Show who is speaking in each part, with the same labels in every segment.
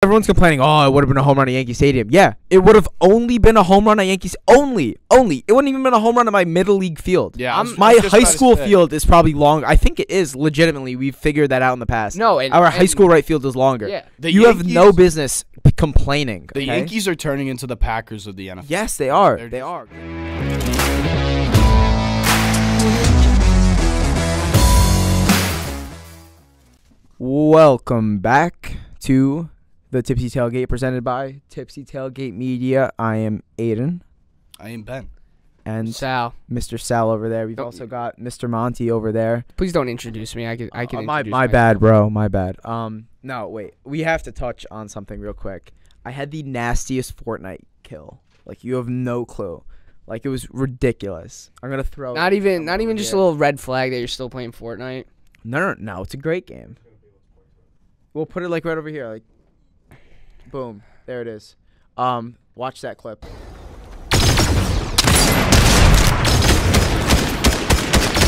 Speaker 1: Everyone's complaining, oh, it would have been a home run at Yankee Stadium. Yeah, it would have only been a home run at Yankees. Only, only. It wouldn't even been a home run at my middle league field.
Speaker 2: Yeah, I was-
Speaker 1: my
Speaker 2: I was just
Speaker 1: high
Speaker 2: about to
Speaker 1: school
Speaker 2: say.
Speaker 1: field is probably long. I think it is legitimately. We've figured that out in the past.
Speaker 3: No, and-
Speaker 1: our high
Speaker 3: and-
Speaker 1: school right field is longer.
Speaker 3: Yeah.
Speaker 2: The
Speaker 1: you have no
Speaker 2: Yankees-
Speaker 1: business p- complaining.
Speaker 2: The
Speaker 1: okay?
Speaker 2: Yankees are turning into the Packers of the NFL.
Speaker 1: Yes, they are.
Speaker 2: They're
Speaker 1: they
Speaker 2: just-
Speaker 1: are. Welcome back to the Tipsy Tailgate presented by Tipsy Tailgate Media. I am Aiden
Speaker 2: I am Ben.
Speaker 1: and
Speaker 3: Sal,
Speaker 1: Mr. Sal over there. We've
Speaker 3: Don't-
Speaker 1: also got Mr. Monty over there.
Speaker 3: please don't introduce me. I can. I can.
Speaker 1: Uh, my
Speaker 3: introduce
Speaker 1: my
Speaker 3: myself.
Speaker 1: bad, bro. My bad. Um, no, wait. We have to touch on something real quick. I had the nastiest Fortnite kill. Like you have no clue. Like it was ridiculous. I'm gonna throw.
Speaker 3: Not
Speaker 1: it
Speaker 3: even.
Speaker 1: over
Speaker 3: Not even just a
Speaker 1: here.
Speaker 3: little red flag that you're still playing Fortnite.
Speaker 1: No, no, no. It's a great game. We'll put it like right over here. Like, boom. There it is. Um, watch that clip.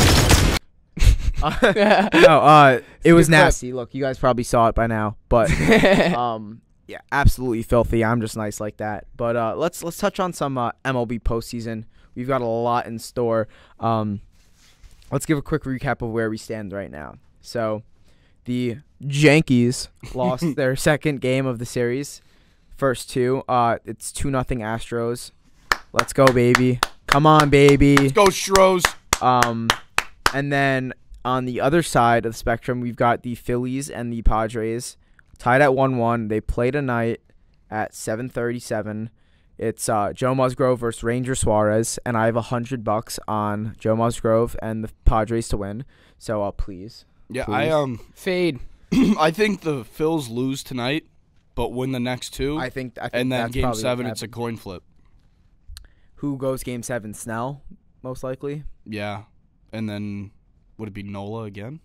Speaker 1: Uh, no, uh, it was
Speaker 3: Good clip.
Speaker 1: nasty. Look, you guys probably saw it by now, but um, yeah, absolutely filthy. I'm just nice like that. But uh, let's let's touch on some uh, MLB postseason. We've got a lot in store. Um, let's give a quick recap of where we stand right now. So, the Yankees lost their second game of the series, first two. Uh, it's two nothing Astros. Let's go, baby! Come on, baby!
Speaker 2: Go Stros.
Speaker 1: Um, and then on the other side of the spectrum, we've got the Phillies and the Padres tied at one-one. They play tonight at seven thirty-seven. It's uh, Joe Musgrove versus Ranger Suarez, and I have a hundred bucks on Joe Musgrove and the Padres to win. So uh, please,
Speaker 2: Yeah, I
Speaker 1: Please.
Speaker 2: um,
Speaker 3: Fade.
Speaker 2: I think the Phils lose tonight, but win the next two,
Speaker 1: I think I think
Speaker 2: and then
Speaker 1: that's
Speaker 2: Game
Speaker 1: probably what
Speaker 2: Seven, it's a
Speaker 1: happened.
Speaker 2: coin flip.
Speaker 1: who goes Game Seven? Snell, most likely.
Speaker 2: Yeah, and then would it be Nola again?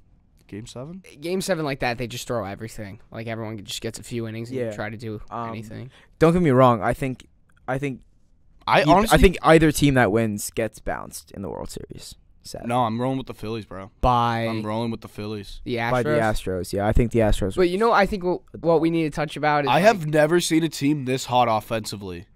Speaker 2: Game Seven.
Speaker 3: Game seven like that, they just throw everything. Like everyone just gets a few innings and
Speaker 1: Yeah.
Speaker 3: try to do
Speaker 1: Um,
Speaker 3: anything.
Speaker 1: Don't get me wrong. I think I think
Speaker 2: I
Speaker 1: eith-
Speaker 2: honestly,
Speaker 1: I think either team that wins gets bounced in the World Series. Sad.
Speaker 2: no. I'm rolling with the Phillies, bro.
Speaker 3: By
Speaker 2: I'm rolling with the Phillies.
Speaker 3: Um, the Astros.
Speaker 1: by the Astros. Yeah, I think the Astros.
Speaker 3: But you know, I think what, what we need to touch about is
Speaker 2: I
Speaker 3: like,
Speaker 2: have never seen a team this hot offensively.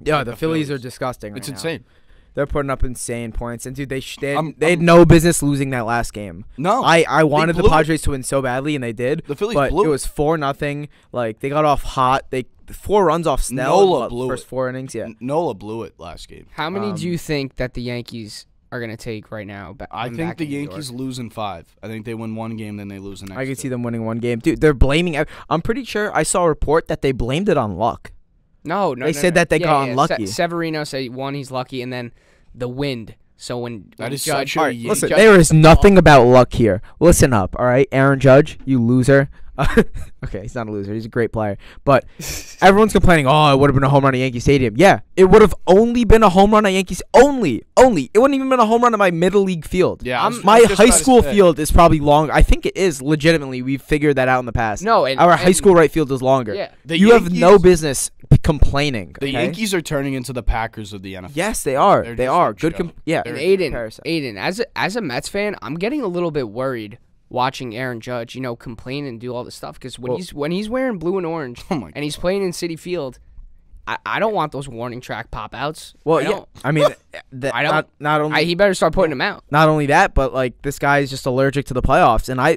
Speaker 1: yeah,
Speaker 2: the
Speaker 1: the Phillies are
Speaker 2: Phillies.
Speaker 1: disgusting. right
Speaker 2: It's
Speaker 1: now.
Speaker 2: insane.
Speaker 1: They're putting up insane points, and dude, they sh- they,
Speaker 2: I'm-
Speaker 1: they had
Speaker 2: I'm-
Speaker 1: no business losing that last game.
Speaker 2: No,
Speaker 1: I, I wanted the
Speaker 2: blew it.
Speaker 1: Padres to win so badly, and they did.
Speaker 2: The Phillies
Speaker 1: but
Speaker 2: blew
Speaker 1: it
Speaker 2: it.
Speaker 1: was four nothing. Like they got off hot. They four runs off Snell. in
Speaker 2: Nola
Speaker 1: what,
Speaker 2: blew
Speaker 1: first
Speaker 2: it.
Speaker 1: four innings. Yeah,
Speaker 2: Nola blew it last game.
Speaker 3: How many
Speaker 1: um,
Speaker 3: do you think that the Yankees are gonna take right now? ba-
Speaker 2: I
Speaker 3: when
Speaker 2: think
Speaker 3: back
Speaker 2: the
Speaker 3: in New York?
Speaker 2: Yankees lose in five. I think they win one game, then they lose the next.
Speaker 1: I could
Speaker 2: two.
Speaker 1: see them winning one game, dude. They're blaming. ev- I'm pretty sure I saw a report that they blamed it on luck.
Speaker 3: No, no.
Speaker 1: They
Speaker 3: no,
Speaker 1: said
Speaker 3: no.
Speaker 1: that they
Speaker 3: Yeah,
Speaker 1: got
Speaker 3: yeah,
Speaker 1: unlucky.
Speaker 3: Se- Severino said one, he's lucky, and then the wind. So when
Speaker 2: That
Speaker 3: when
Speaker 2: is
Speaker 3: Judge,
Speaker 2: such a
Speaker 3: Alright,
Speaker 2: Yankee-
Speaker 1: Listen,
Speaker 3: Judge-
Speaker 1: there is nothing about luck here. Listen up, all right, Aaron Judge, you loser. okay, he's not a loser. He's a great player, but everyone's complaining. Oh, it would have been a home run at Yankee Stadium. Yeah, it would have only been a home run at Yankees. Only, only. It wouldn't even been a home run at my middle league field.
Speaker 2: Yeah, I was- I was
Speaker 1: my
Speaker 2: just
Speaker 1: high
Speaker 2: about to
Speaker 1: school
Speaker 2: say.
Speaker 1: field is probably long. I think it is legitimately. We've figured that out in the past.
Speaker 3: No, and-
Speaker 1: our high
Speaker 3: and-
Speaker 1: school right field is longer.
Speaker 3: Yeah.
Speaker 2: The
Speaker 1: you have no
Speaker 2: Yankees-
Speaker 1: business p- complaining.
Speaker 2: The
Speaker 1: okay?
Speaker 2: Yankees are turning into the Packers of the NFL.
Speaker 1: Yes, they are.
Speaker 2: They're
Speaker 1: They
Speaker 2: just
Speaker 1: are
Speaker 2: a
Speaker 1: good.
Speaker 2: joke.
Speaker 1: Com- yeah,
Speaker 2: They're-
Speaker 3: Aiden,
Speaker 1: comparison.
Speaker 3: Aiden, as a, as a Mets fan, I'm getting a little bit worried watching Aaron Judge, you know, complain and do all this stuff because when
Speaker 1: Well-
Speaker 3: he's when he's wearing blue and orange
Speaker 2: Oh my
Speaker 3: and he's playing in City Field, I, I don't want those warning track pop outs.
Speaker 1: Well,
Speaker 3: I
Speaker 1: yeah.
Speaker 3: don't-
Speaker 1: I mean, th-
Speaker 3: I don't-
Speaker 1: not, not only
Speaker 3: I, he better start putting them out.
Speaker 1: not only that, but like this guy is just allergic to the playoffs. And I,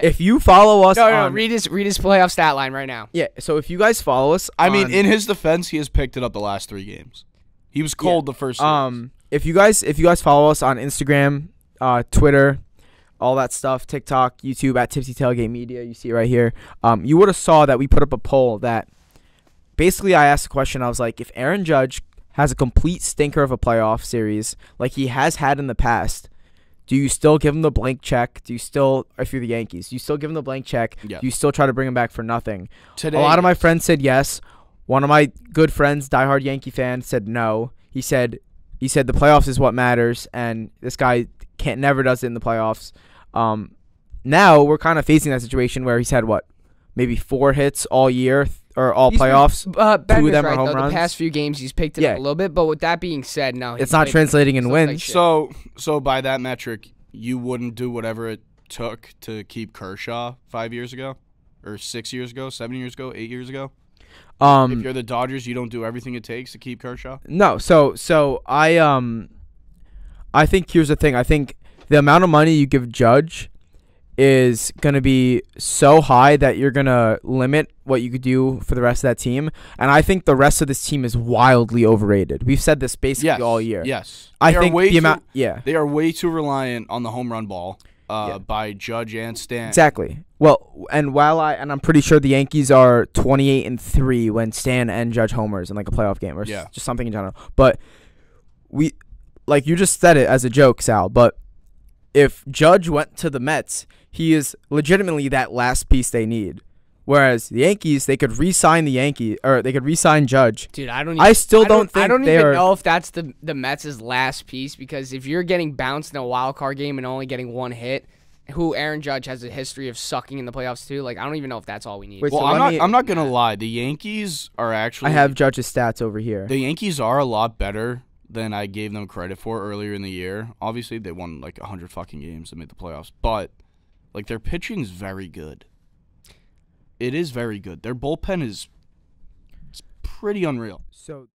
Speaker 1: if you follow us,
Speaker 3: No, no,
Speaker 1: on-
Speaker 3: read his read his playoff stat line right now.
Speaker 1: yeah. So if you guys follow us,
Speaker 2: I mean,
Speaker 1: on-
Speaker 2: in his defense, he has picked it up the last three games. He was cold the first. series.
Speaker 1: um, if you guys if you guys follow us on Instagram, uh, Twitter, all that stuff, TikTok, YouTube at Tipsy Tailgate Media, you see it right here. Um, you would have saw that we put up a poll that basically I asked a question. I was like, if Aaron Judge has a complete stinker of a playoff series like he has had in the past. Do you still give him the blank check? Do you still, if you're the Yankees, do you still give him the blank check?
Speaker 2: Yeah.
Speaker 1: Do you still try to bring him back for nothing?
Speaker 2: today,
Speaker 1: A lot of my friends said yes. One of my good friends, diehard Yankee fan, said no. He said he said the playoffs is what matters, and this guy can't never does it in the playoffs. Um, now we're kind of facing that situation where he's had what, maybe four hits all year th- or all
Speaker 3: He's been-
Speaker 1: playoffs.
Speaker 3: Uh,
Speaker 1: Two
Speaker 3: ben
Speaker 1: of
Speaker 3: was
Speaker 1: them are
Speaker 3: right,
Speaker 1: home
Speaker 3: though.
Speaker 1: runs.
Speaker 3: The past few games, he's picked it
Speaker 1: Yeah.
Speaker 3: up a little bit. But with that being said, no,
Speaker 1: it's
Speaker 3: he's
Speaker 1: not
Speaker 3: played-
Speaker 1: translating in
Speaker 3: stuff like
Speaker 1: wins.
Speaker 3: shit.
Speaker 2: So, so by that metric, you wouldn't do whatever it took to keep Kershaw five years ago or six years ago, seven years ago, eight years ago? if
Speaker 1: Um,
Speaker 2: you're the Dodgers, you don't do everything it takes to keep Kershaw.
Speaker 1: no, so so I um, I think here's the thing. I think the amount of money you give Judge is gonna be so high that you're gonna limit what you could do for the rest of that team. And I think the rest of this team is wildly overrated. We've said this basically
Speaker 2: Yes,
Speaker 1: all year.
Speaker 2: Yes,
Speaker 1: I
Speaker 2: They are
Speaker 1: think
Speaker 2: way
Speaker 1: the
Speaker 2: too-
Speaker 1: amount. Yeah.
Speaker 2: They are way too reliant on the home run ball uh,
Speaker 1: Yeah.
Speaker 2: by Judge and Stan.
Speaker 1: Exactly. Well, and while I and I'm pretty sure the Yankees are 28 and three when Stan and Judge homers in like a playoff game or s-
Speaker 2: Yeah.
Speaker 1: just something in general. But we, like you just said it as a joke, Sal. But if Judge went to the Mets, he is legitimately that last piece they need. Whereas the Yankees, they could re-sign the Yankee or they could re-sign Judge.
Speaker 3: Dude, I don't. Even,
Speaker 1: I still
Speaker 3: I don't,
Speaker 1: don't, think
Speaker 3: I don't
Speaker 1: they
Speaker 3: even
Speaker 1: are.
Speaker 3: know if that's the the Mets' last piece because if you're getting bounced in a wild card game and only getting one hit, who Aaron Judge has a history of sucking in the playoffs too. Like I don't even know if that's all we need.
Speaker 1: Wait,
Speaker 2: Well,
Speaker 1: So
Speaker 2: I'm
Speaker 1: let
Speaker 2: not.
Speaker 1: me-
Speaker 2: I'm not gonna lie. The Yankees are actually.
Speaker 1: I have Judge's stats over here.
Speaker 2: The Yankees are a lot better than I gave them credit for earlier in the year. Obviously, they won like 100 fucking games and made the playoffs, but like their pitching's very good. It is very good. Their bullpen is it's pretty unreal.
Speaker 1: So